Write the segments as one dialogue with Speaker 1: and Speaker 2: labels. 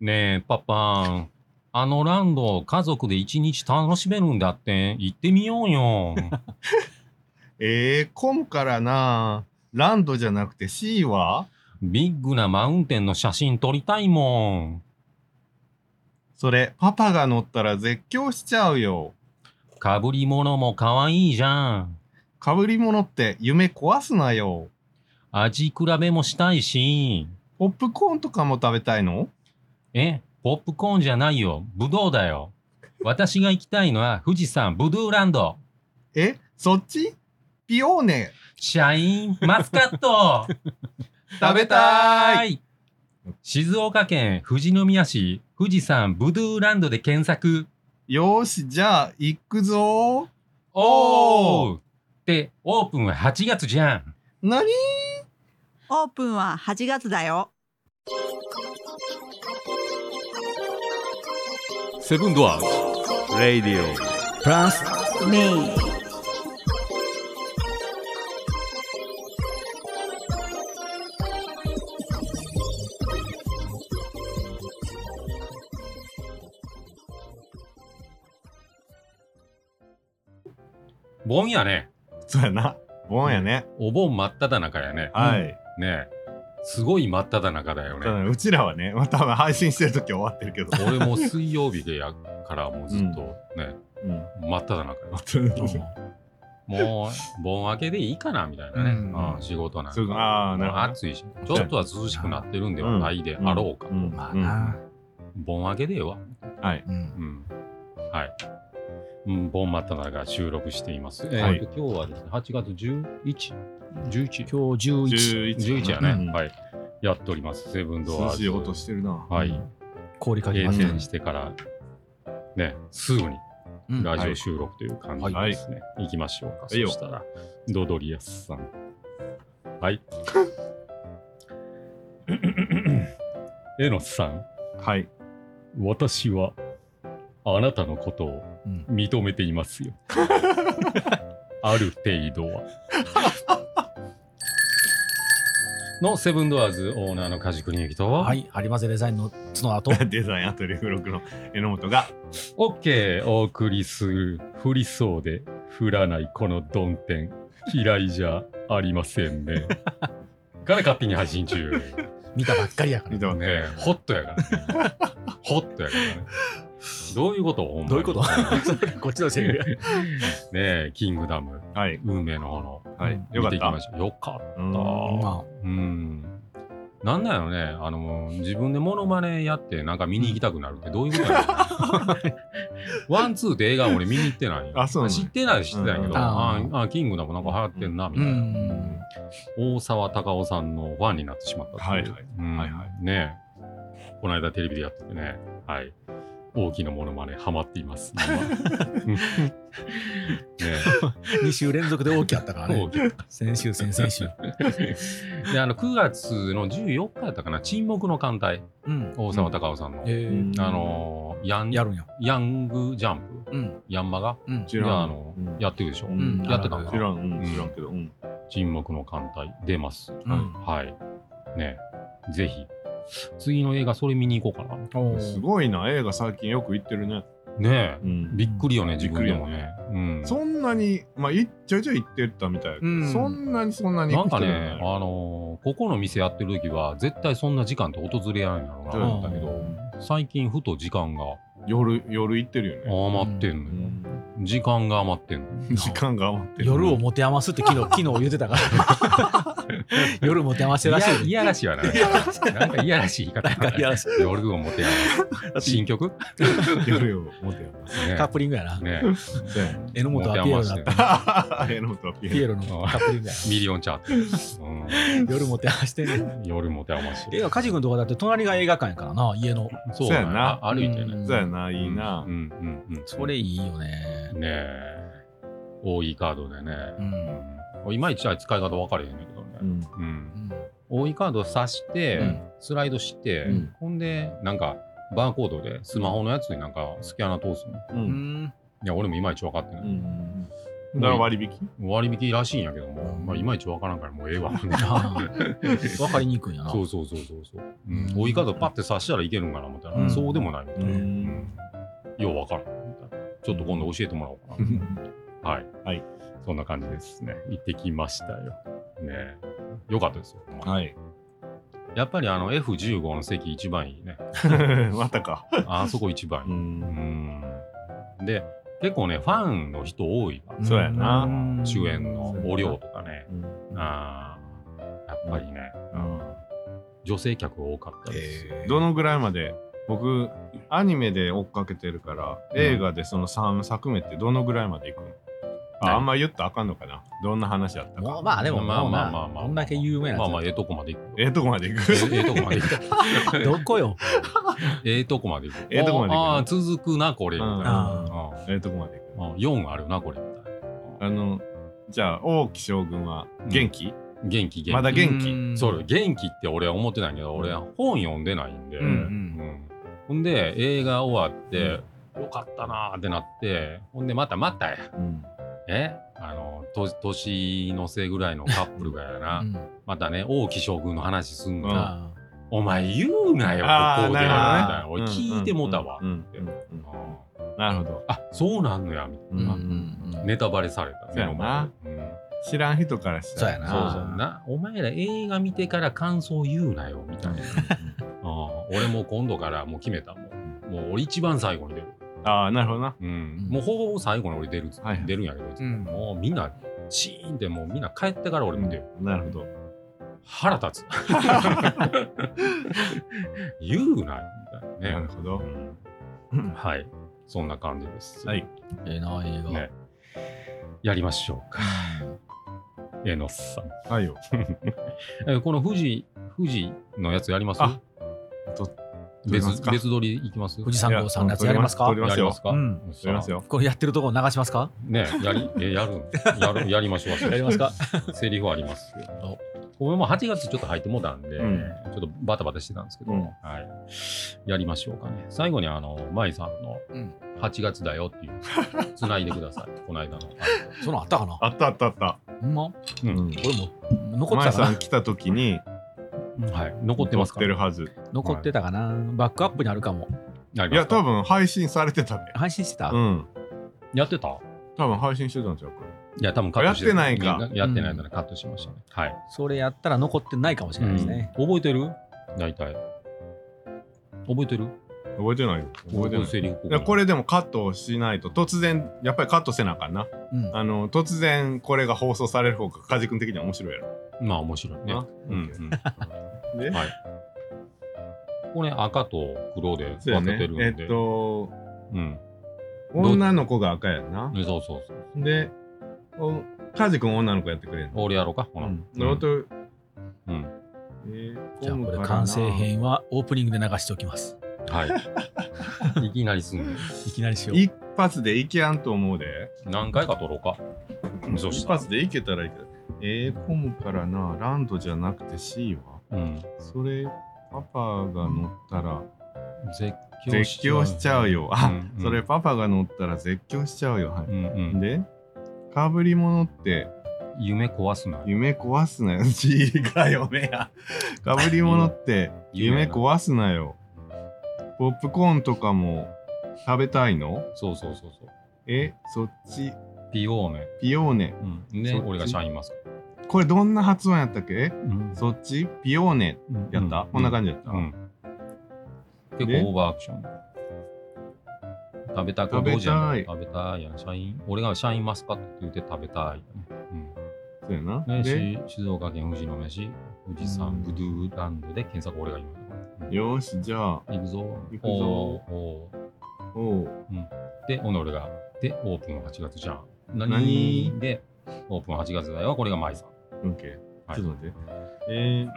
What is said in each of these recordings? Speaker 1: ねえ、パパン。あのランド、家族で一日楽しめるんだって、行ってみよう よ。
Speaker 2: ええ混むからな。ランドじゃなくて C は
Speaker 1: ビッグなマウンテンの写真撮りたいもん。
Speaker 2: それ、パパが乗ったら絶叫しちゃうよ。
Speaker 1: かぶり物も可愛いじゃん。
Speaker 2: かぶり物って夢壊すなよ。
Speaker 1: 味比べもしたいし。
Speaker 2: ポップコーンとかも食べたいの
Speaker 1: え、ポップコーンじゃないよ。ブドウだよ。私が行きたいのは富士山ブドゥーランド。
Speaker 2: えそっちピオーネ
Speaker 1: シャインマスカット
Speaker 2: 食べた
Speaker 1: い静岡県富士宮市富士山ブドゥーランドで検索。
Speaker 2: よーし、じゃあ、行くぞー。
Speaker 1: おーで、オープンは8月じゃん。
Speaker 2: 何
Speaker 3: オープンは8月だよ
Speaker 4: セブンドアーズ、レイディオ、プラス、
Speaker 3: メイ
Speaker 1: 盆やね。
Speaker 2: そうやな。ボンやね。
Speaker 1: お盆真っ只中やね。
Speaker 2: はい。
Speaker 1: ねえ。すごい真っ只中だよ
Speaker 2: た
Speaker 1: ね。
Speaker 2: だうちらはね、まあ、多分配信してる時は終わってるけど。
Speaker 1: 俺も水曜日でやからもうずっとね、
Speaker 2: うん。
Speaker 1: 真っ只中よ。もう、盆明けでいいかなみたいなね。
Speaker 2: うん
Speaker 1: うん仕事なんか。
Speaker 2: そうああ、なるほど
Speaker 1: もう暑いし、ちょっとは涼しくなってるんではないであろうか。
Speaker 2: うん
Speaker 5: まあ
Speaker 2: うん
Speaker 5: な、
Speaker 1: 盆明けでええわ。
Speaker 2: はい。
Speaker 5: うん
Speaker 1: うん。はい。うん、盆真っ只中収録しています。え
Speaker 2: はい
Speaker 1: ーと、今日はですね、8月11、11、
Speaker 5: 今日11
Speaker 1: 11や
Speaker 2: う
Speaker 1: ね。
Speaker 2: ん
Speaker 1: はい。やっております。セブンド
Speaker 2: 涼
Speaker 1: アー
Speaker 2: しい音
Speaker 1: ズ。
Speaker 2: してるな。
Speaker 1: はい。
Speaker 5: 氷かけ
Speaker 1: 閉
Speaker 5: ました
Speaker 1: 店してから、ね、すぐに
Speaker 5: うん
Speaker 1: ラジ
Speaker 2: は
Speaker 1: オ
Speaker 2: い
Speaker 1: 収録という感じですね。行きましょうか。
Speaker 2: いいよ
Speaker 1: そしたら、ドドリアスさん。はい。エノスさん、
Speaker 2: はい。
Speaker 1: 私はあなたのことを
Speaker 5: うん
Speaker 1: 認めていますよ。ある程度は。のセブンドアーズオーナーの梶国之と、
Speaker 5: は
Speaker 1: はい、
Speaker 5: い、有馬瀬デザインの角後
Speaker 2: デザインアトリエフロックの榎本が、
Speaker 1: OK お送りする降りそうで降らないこの曇天嫌いじゃありません ね。から勝手に配信中。ね
Speaker 5: 見たばっかりやから
Speaker 2: 見。てもらって
Speaker 1: えホットやからね。ホットやからね。どういうことほんまに
Speaker 5: どういうこと こっちの セリフや
Speaker 1: ねえ、キングダム、
Speaker 2: はい。
Speaker 1: 運命の炎。
Speaker 2: はい。
Speaker 1: 見
Speaker 2: よか
Speaker 1: て
Speaker 2: っ
Speaker 1: いき
Speaker 2: た。
Speaker 1: ましょう。よかっ
Speaker 2: うん
Speaker 1: た。
Speaker 5: ま
Speaker 1: うん。なんだよね、あの、自分でモノマネやって、なんか見に行きたくなるってどういうことやろワン、ツーって映画俺見に行ってないよ
Speaker 2: あそうなの
Speaker 1: 知ってないは知ってないけど、
Speaker 2: うん
Speaker 1: あ
Speaker 5: うん
Speaker 1: あ、キングダムなんか流行ってんな、
Speaker 5: あ
Speaker 1: み
Speaker 5: う
Speaker 1: たいな。
Speaker 5: ん。
Speaker 1: 大沢たかおさんのファンになってしまったっていう
Speaker 2: はいはい
Speaker 1: うん
Speaker 2: はいは
Speaker 1: ねえこの間テレビでやっててね、はい、大きなモノマネハマっています。 今うんね
Speaker 5: 2週連続で大きかったから
Speaker 1: え
Speaker 5: ね。先週、先々週。
Speaker 1: であの9月の14日だったかな「沈黙の艦隊
Speaker 5: うん」。
Speaker 1: 大沢たかおさんの、
Speaker 5: えー
Speaker 1: あのーヤン
Speaker 5: やるんや。
Speaker 1: ヤングジャンプ
Speaker 5: うん。
Speaker 1: ヤンマが
Speaker 5: うん。
Speaker 2: 知
Speaker 1: いや
Speaker 2: ら
Speaker 1: あ
Speaker 2: ん。
Speaker 1: の、
Speaker 2: うん
Speaker 1: やってるでしょ、
Speaker 2: うん
Speaker 1: やってたん
Speaker 2: 知、
Speaker 1: からなん
Speaker 2: うん、知らんけど。うん。
Speaker 1: 沈黙の艦隊出ます、
Speaker 5: うん
Speaker 1: はいねえぜひ次の映画それ見に行こうかな
Speaker 5: おー
Speaker 2: すごいな、映画最近よく行ってるね。
Speaker 1: ねえ
Speaker 2: うん
Speaker 1: びっくりよね
Speaker 2: び
Speaker 1: 自
Speaker 2: っく
Speaker 1: 分
Speaker 2: り
Speaker 1: で
Speaker 2: よ
Speaker 1: もね、うん、
Speaker 2: そんなに、まあ、いちょいちょい行ってたみたいだけ
Speaker 5: う
Speaker 2: ど、
Speaker 5: ん
Speaker 2: そんなにそんなに
Speaker 1: な
Speaker 2: 行
Speaker 1: ん
Speaker 2: く
Speaker 1: か
Speaker 2: 人じゃ
Speaker 1: ね、あのーここの店やってる時は絶対そんな時間って訪れやんやろうな
Speaker 2: そう
Speaker 1: 思ったけ
Speaker 2: う
Speaker 1: ど
Speaker 2: ん
Speaker 1: 最近ふと時間が
Speaker 2: 夜、夜行ってるよね。
Speaker 1: 余ってん
Speaker 2: う
Speaker 1: のよ、
Speaker 2: ん
Speaker 1: 時間が余ってんの
Speaker 2: 時間が余ってる。
Speaker 5: 夜を持て余すって 昨日、昨日言ってた から。夜持て余してらしい
Speaker 1: い
Speaker 5: で。
Speaker 1: やいやらしいわななんかいやらしい言い方
Speaker 5: なん かいやらしい
Speaker 1: 夜を持てやる新曲ね
Speaker 2: 夜を持ってます。
Speaker 5: カップリングやな。
Speaker 1: ね
Speaker 5: 榎本はピエロだった。
Speaker 2: えのとピ
Speaker 5: ピエ
Speaker 2: エロ。
Speaker 5: ロのカップリングや。
Speaker 1: ミリオンチャート、う
Speaker 5: 夜持て余してる。
Speaker 1: ん、夜持て余して
Speaker 5: 映画、カジ君とかだって隣が映画館やからな、家の。
Speaker 1: そう
Speaker 2: そうやな
Speaker 1: あ歩いてね
Speaker 5: ん
Speaker 2: そうやな、いいな
Speaker 1: う。んうんうん
Speaker 5: それいいよね。
Speaker 1: ねえ多いカードでね、
Speaker 5: うん。
Speaker 1: うんいまいちあれ使い方分かれへんねんけどね、
Speaker 2: うん
Speaker 1: うん、多いカード挿して、
Speaker 5: うん
Speaker 1: スライドして、
Speaker 2: うん
Speaker 1: ほんでなんかバーコードでスマホのやつになんかスキャナ通すの、い
Speaker 2: うん
Speaker 5: ん。
Speaker 1: や俺もいまいち分かってない、
Speaker 2: うんだから割引
Speaker 1: 割引らしいんやけども、まあ、いまいちわからんからもうええ わ。
Speaker 5: あーわかりにくいんやな。
Speaker 1: そうそうそうそうそう。うん、追い方パッて刺したらいけるんかな思ったら、
Speaker 5: うん
Speaker 1: そうでもないみたいな。
Speaker 5: うん
Speaker 1: うんようわからんみたいな。ちょっと今度教えてもらおうかな。はい。
Speaker 2: はい。
Speaker 1: そんな感じですね。行ってきましたよ。ねえよかったですよ。ほんまに
Speaker 2: はい。
Speaker 1: やっぱりあの F15 の席一番いいね。
Speaker 2: またか。
Speaker 1: あそこ一番いい。
Speaker 2: ん。
Speaker 1: うんで結構ねファンの人多いわ、
Speaker 2: そうやな
Speaker 5: うん
Speaker 1: 主演のお涼とかね、
Speaker 2: あ
Speaker 1: あーやっぱりね、女性客多かったです、
Speaker 2: どのぐらいまで僕、アニメで追っかけてるから、
Speaker 1: ん
Speaker 2: 映画でその3作目ってどのぐらいまでいくの
Speaker 1: は
Speaker 2: あ
Speaker 1: い
Speaker 2: あんま言ったらあかんのかなどんな話やった
Speaker 5: まあ
Speaker 2: か。
Speaker 5: まあでも
Speaker 1: ま
Speaker 5: ま
Speaker 1: あ
Speaker 5: あ
Speaker 1: ま
Speaker 5: ま
Speaker 1: あ
Speaker 5: あ
Speaker 1: まあまあ
Speaker 5: こんだけ有名な
Speaker 1: まあまあ
Speaker 5: や
Speaker 1: ええとこまで行く
Speaker 2: ええとこまで行
Speaker 1: え
Speaker 2: く。
Speaker 1: えええとこまで行く
Speaker 5: つどこ よ。
Speaker 1: ええとこまで行く
Speaker 2: ええとこまで行く
Speaker 1: ああー続くなこれみたいな、
Speaker 2: ええとこまで行く。
Speaker 1: うんうん4あるなこれみたい
Speaker 2: あの、じゃあ、王毅将軍は元気
Speaker 1: な元気元気
Speaker 2: まだ元気
Speaker 5: うん
Speaker 1: そうよ元気って俺は思ってないけど俺は本読んでないんで、
Speaker 5: うんうん
Speaker 1: うんほんで映画終わって、よかったなーってなってほんでまたまたや
Speaker 2: うん。
Speaker 1: えあのと年のせぐらいのカップルがやな、
Speaker 5: うん
Speaker 1: またね王毅将軍の話すんの、
Speaker 2: うん
Speaker 1: な
Speaker 5: あ
Speaker 1: お前言うなよ
Speaker 2: あー
Speaker 1: ここで
Speaker 5: な
Speaker 2: るほどね
Speaker 1: みたいな俺聞いてもうたわ、
Speaker 2: うんうんうんなるほど。
Speaker 1: あそうなんのやみたいな、
Speaker 5: ーうんうん
Speaker 1: ネタバレされた
Speaker 2: そう
Speaker 1: 目
Speaker 2: やな
Speaker 1: の前でうん
Speaker 2: 知らん人からしたら。
Speaker 5: そうやな
Speaker 1: そうそうなお前ら映画見てから感想言うなよみたいな、 あー俺もう今度からもう決めたもうもう俺一番最後に出る、
Speaker 2: ああ、なるほどな。
Speaker 1: うん
Speaker 5: うん
Speaker 1: もうほぼ最後に俺出る、
Speaker 2: はいはい
Speaker 1: 出るんやけど、
Speaker 5: うん
Speaker 1: もうみんなシーンってもうみんな帰ってから俺も出る、
Speaker 2: なるほど。
Speaker 1: 腹立 つ。言うなよみたい
Speaker 2: な
Speaker 1: な
Speaker 2: る
Speaker 1: ね。
Speaker 2: ほど。
Speaker 1: うんはい。そんな感じです。
Speaker 2: はい。
Speaker 5: ええな映画。
Speaker 1: ねやりましょうか。えのさん。
Speaker 2: はいよ。
Speaker 1: えこの富士、富士のやつやります
Speaker 2: あと撮り
Speaker 1: 別
Speaker 2: ますか
Speaker 1: 別撮りいきます
Speaker 5: 富士山号さんのやつやりますか
Speaker 2: 撮りま
Speaker 1: や
Speaker 2: す
Speaker 1: り
Speaker 2: よ
Speaker 1: ます。か
Speaker 5: うん
Speaker 2: 撮ります。よ。
Speaker 5: これやってるとこ流しますか
Speaker 1: ねやり、えやるんやる、やりましょう。
Speaker 5: やりますか
Speaker 1: セリフありますけど。これも8月ちょっと入ってもうたんで、
Speaker 2: うん
Speaker 1: ちょっとバタバタしてたんですけど、
Speaker 2: うん
Speaker 1: はい、やりましょうかね。最後にあの、舞さんの
Speaker 5: うん
Speaker 1: 8月だよっていう、つないでください。 この間の。
Speaker 5: そのあったかな
Speaker 2: あったあったあった。
Speaker 5: ほんまこ
Speaker 1: う
Speaker 2: うんん。
Speaker 5: れも残って
Speaker 2: 前
Speaker 5: た
Speaker 2: さ
Speaker 5: か
Speaker 2: ん
Speaker 5: な
Speaker 2: 来た時に
Speaker 1: はい、残ってますか
Speaker 2: 撮ってるはず。
Speaker 5: 残ってたかなバックアップにあるかも。
Speaker 1: やり
Speaker 2: い
Speaker 1: ま
Speaker 2: や、
Speaker 1: すか
Speaker 2: 多分配信されてたで。
Speaker 5: 配信してた
Speaker 2: うん。
Speaker 1: やってた
Speaker 2: 多分配信してたんちゃうか
Speaker 1: いや、多分カットして
Speaker 2: やってないんか
Speaker 1: やってないからカットしましたね。はい。
Speaker 5: それやったら残ってないかもしれないですね。
Speaker 1: うん覚えてる大体。覚えてる
Speaker 2: な。覚えてないよ。覚えてない。
Speaker 1: セリフこ
Speaker 2: いやこれでもカットをしないと突然やっぱりカットせなあかんな
Speaker 5: うん
Speaker 2: あの突然これが放送される方がカジ君的には面白いやろ
Speaker 1: まあ面白いね。
Speaker 2: な
Speaker 1: うんうん。
Speaker 2: で
Speaker 1: はい。これ赤と黒で
Speaker 2: そうや
Speaker 1: 分け
Speaker 2: ね
Speaker 1: てるんで。
Speaker 2: えっと
Speaker 1: うん。
Speaker 2: 女の子が赤やんな
Speaker 1: ねそうそうそう。
Speaker 2: でおカジ君女の子やってくれるの
Speaker 1: 俺やろうか、ほ
Speaker 2: う
Speaker 1: ら。
Speaker 2: ん
Speaker 1: うん
Speaker 2: で弟
Speaker 1: うん
Speaker 2: えー
Speaker 5: じゃあこ
Speaker 2: 今
Speaker 5: れ
Speaker 2: 回
Speaker 5: 完成編はオープニングで流しておきます。
Speaker 1: はい。いきなりすんの。
Speaker 5: いきなりしよう。
Speaker 2: 一発でいけやんと思うで
Speaker 1: 何回か撮ろうか。そうし
Speaker 2: 一
Speaker 1: たら
Speaker 2: 発でいけたらいいけどえー、混むからなランドじゃなくて C は
Speaker 1: うん。
Speaker 2: それパパが乗ったら
Speaker 1: 絶
Speaker 2: 絶
Speaker 1: 叫しちゃう。
Speaker 2: 叫しちゃうよあ、
Speaker 1: うんうん
Speaker 2: それパパが乗ったら絶叫しちゃうよはい
Speaker 1: うんうん。
Speaker 2: で、かぶり物って
Speaker 1: 夢壊すな。
Speaker 2: 夢壊すなよ。 違うよ、目や。かぶり物って夢壊すなよ。ポップコーンとかも食べたいの
Speaker 1: そうそうそうそう。
Speaker 2: え、そっち、
Speaker 1: ピオーネ。
Speaker 2: ピオーネ。
Speaker 1: うん。で、
Speaker 2: そっち
Speaker 1: 俺がシャインマスク。
Speaker 2: これどんな発音やったっけえ
Speaker 1: うん
Speaker 2: そっち、ピオーネ。やった、こんな感じやった、
Speaker 1: うん。結
Speaker 2: で
Speaker 1: 構オーバーアクション。食べたく
Speaker 2: 食べたい
Speaker 1: どうじゃない食べたいやん。社員俺が社員マスカットって言って食べたい。
Speaker 2: そうやな。
Speaker 1: うん、ね
Speaker 2: で、
Speaker 1: し静岡県富士の飯、富士山ブドゥーランドで検索俺が今。うん
Speaker 2: よーし、じゃあ、
Speaker 1: 行くぞ。
Speaker 2: 行くぞ
Speaker 1: おーお
Speaker 2: おう。
Speaker 1: ーで、オノルが。で、オープン8月じゃん。
Speaker 2: 何
Speaker 1: 何で、オープン8月だよ。これが舞さん。
Speaker 2: オッケー。
Speaker 1: はい
Speaker 2: ちょっと待って。えー、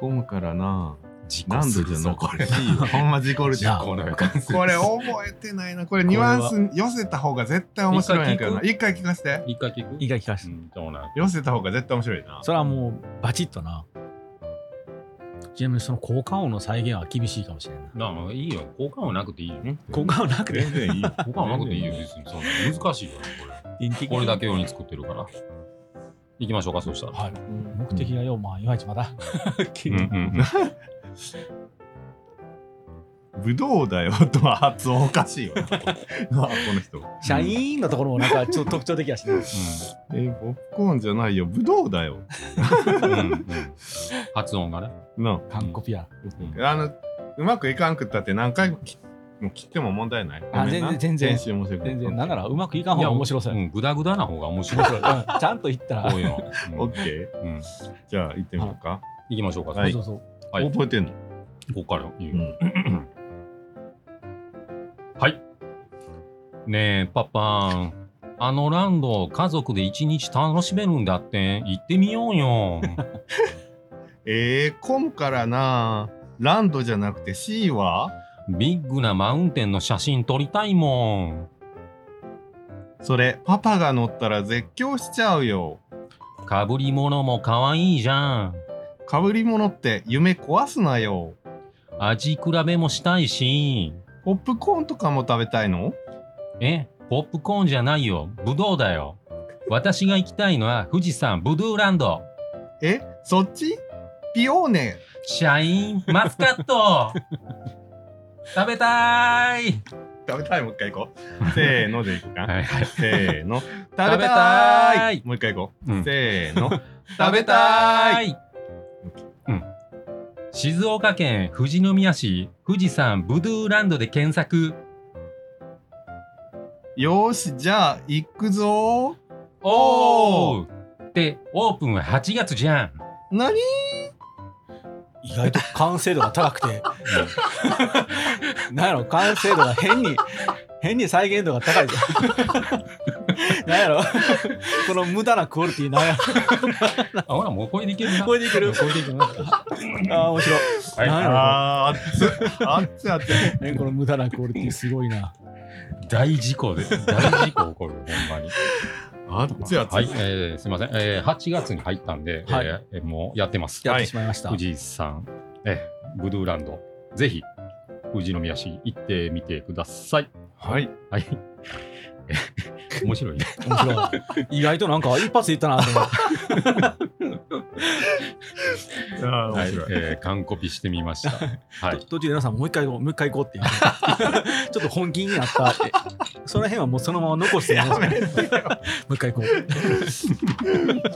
Speaker 2: 混むからな。
Speaker 1: 自
Speaker 2: 何度じゃなくて C よ。 ほんま事故るじゃん。
Speaker 5: な
Speaker 1: これ。
Speaker 2: これ覚えてないな。これニュアンス寄せた方が絶対面白いんやけどな。一回聞かせて。
Speaker 1: 一回聞く
Speaker 5: 意外聞かせ
Speaker 1: う
Speaker 5: て。
Speaker 1: ん、どうなん
Speaker 2: 寄せた方が絶対面白いな。
Speaker 5: それはもうバチッとな。ちなみにその効果音の再現は厳しいかもしれんない。
Speaker 1: だからいいよ。効果音なくていいよ。
Speaker 5: 効果音なくて
Speaker 2: 全然いいよ。
Speaker 1: 効果音なくていいよ、別に。そんな難しいよ、これ。これだけ用に作ってるから。行きましょうか、そうしたら。
Speaker 5: はい。目的がよ、まあ、いまいちまだ。
Speaker 1: う
Speaker 5: 気
Speaker 1: ん
Speaker 5: に
Speaker 1: うんうん。
Speaker 2: ぶどうだよとは発音おかしいよ な。なあ、この人。
Speaker 5: シャイーンのところもなんかちょっと特徴的やしね。
Speaker 2: え、ポップコーンじゃないよ。ぶどうだよ。
Speaker 1: うんうんうん 発音がね。
Speaker 2: な
Speaker 5: 韓国や。
Speaker 2: あ。あの、うまくいかんくったって何回も切もう切っても問題ない。
Speaker 5: あ
Speaker 2: ごめんな
Speaker 5: 全然全然
Speaker 2: 編集面白い
Speaker 5: 全然、なんならうまくいかん方が面白そう
Speaker 1: う
Speaker 5: や。
Speaker 1: ん、グダグダな方が面白い。
Speaker 5: 面白いうんちゃんと言ったら
Speaker 1: こう。いうの。うん
Speaker 2: オッケー。
Speaker 1: うん
Speaker 2: じゃあ、行ってみようか。
Speaker 1: 行きましょうか、
Speaker 2: はい
Speaker 5: そうそう
Speaker 1: はい
Speaker 2: 覚えてんの
Speaker 1: ここから言う。
Speaker 2: ん。
Speaker 1: はい。ねえ、パパン。あのランド、家族で一日楽しめるんだって、行ってみよう よ。
Speaker 2: えー、混むからな。ランドじゃなくて C は
Speaker 1: ビッグなマウンテンの写真撮りたいもん。
Speaker 2: それ、パパが乗ったら絶叫しちゃうよ。
Speaker 1: かぶり物も可愛いじゃん。
Speaker 2: かぶり物って夢壊すなよ。
Speaker 1: 味比べもしたいし。
Speaker 2: ポップコーンとかも食べたいの
Speaker 1: え、ポップコーンじゃないよ。ブドウだよ。私が行きたいのは富士山ブドゥーランド。
Speaker 2: え、そっちピオーネ。
Speaker 1: シャインマスカット 食べたーい
Speaker 2: 食べたい、もう一回行こ う。せーのでいくか。
Speaker 1: いはい。
Speaker 2: せ ーの。食べた
Speaker 1: たい
Speaker 2: い。もう一回行こう。
Speaker 1: うん
Speaker 2: せーの。
Speaker 1: 食べたいうん。静岡県富士宮市富士山ブドゥーランドで検索。
Speaker 2: よーし、じゃあ、行くぞー。
Speaker 1: おーで、オープンは8月じゃん。
Speaker 2: 何
Speaker 5: 意外と完成度が高くて。なんやろ、完成度が変に、変に再現度が高いぞ。なんやろ、この無駄なクオリティなんやろ。
Speaker 1: あ、ほら、もうこれでいけるな。
Speaker 5: これでいける
Speaker 1: これでいけるな。は
Speaker 5: ああ、面白い。
Speaker 1: い。
Speaker 5: なんやろ
Speaker 2: あー、あっつ、あっつ、あっつ。
Speaker 5: ね、この無駄なクオリティすごいな。
Speaker 1: 大事故で、大事故起こる、ほんまに。
Speaker 2: あっつ、あっつ。
Speaker 1: はい、えーすみません、えー、8月に入ったんで、
Speaker 5: はい
Speaker 1: えーもうやってます。
Speaker 5: やってしまいました。
Speaker 1: 富士山、えーブドゥーランド、ぜひ、富士宮市行ってみてください。
Speaker 2: はい。
Speaker 1: はい。 え面白いね。
Speaker 5: 面白い。意外となんか一発いったなと思って。
Speaker 2: あー、
Speaker 1: は
Speaker 2: 面
Speaker 1: い
Speaker 2: 白い。、
Speaker 1: えー、完コピしてみました。はい。
Speaker 5: 途中で皆さんもう一回行こう、もう一回行こうって言ってちょっと本気になったって。その辺はもうそのまま 残して
Speaker 2: や
Speaker 5: も
Speaker 2: めてよ。
Speaker 5: う一回行こう。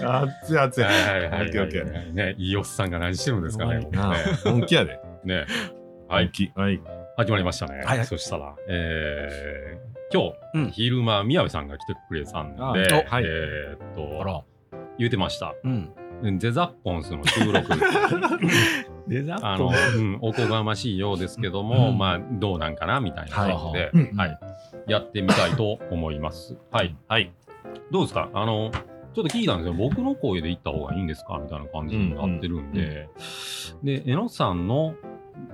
Speaker 2: あっつ、あっつ。
Speaker 1: はいはいは
Speaker 2: オッ
Speaker 1: い
Speaker 2: ケーオッケー。
Speaker 1: はい。ね、いいおっさんが何してるんですかね。
Speaker 5: う
Speaker 2: な
Speaker 1: ね
Speaker 2: あ本気やで。
Speaker 1: ね。 はい。
Speaker 2: 気。はい。
Speaker 1: 始まりましたね。
Speaker 5: はいはい
Speaker 1: そしたら、えー、今日、
Speaker 5: うん
Speaker 1: 昼間、宮部さんが来てくれたんで、
Speaker 5: あ
Speaker 1: え
Speaker 5: おはい
Speaker 1: ーっ
Speaker 5: あ
Speaker 1: と、
Speaker 5: ら、
Speaker 1: 言うてました。
Speaker 5: うん。
Speaker 1: デザッポンスの収録
Speaker 5: デザ
Speaker 1: あの、うん、おこがましいようですけども、
Speaker 5: うん
Speaker 1: まあどうなんかなみたいな感じで、
Speaker 2: はい
Speaker 1: はいやってみたいと思います。はい、はい、どうですかあのちょっと聞いたんですよ僕の声で行った方がいいんですかみたいな感じになってるんで、でえのさんの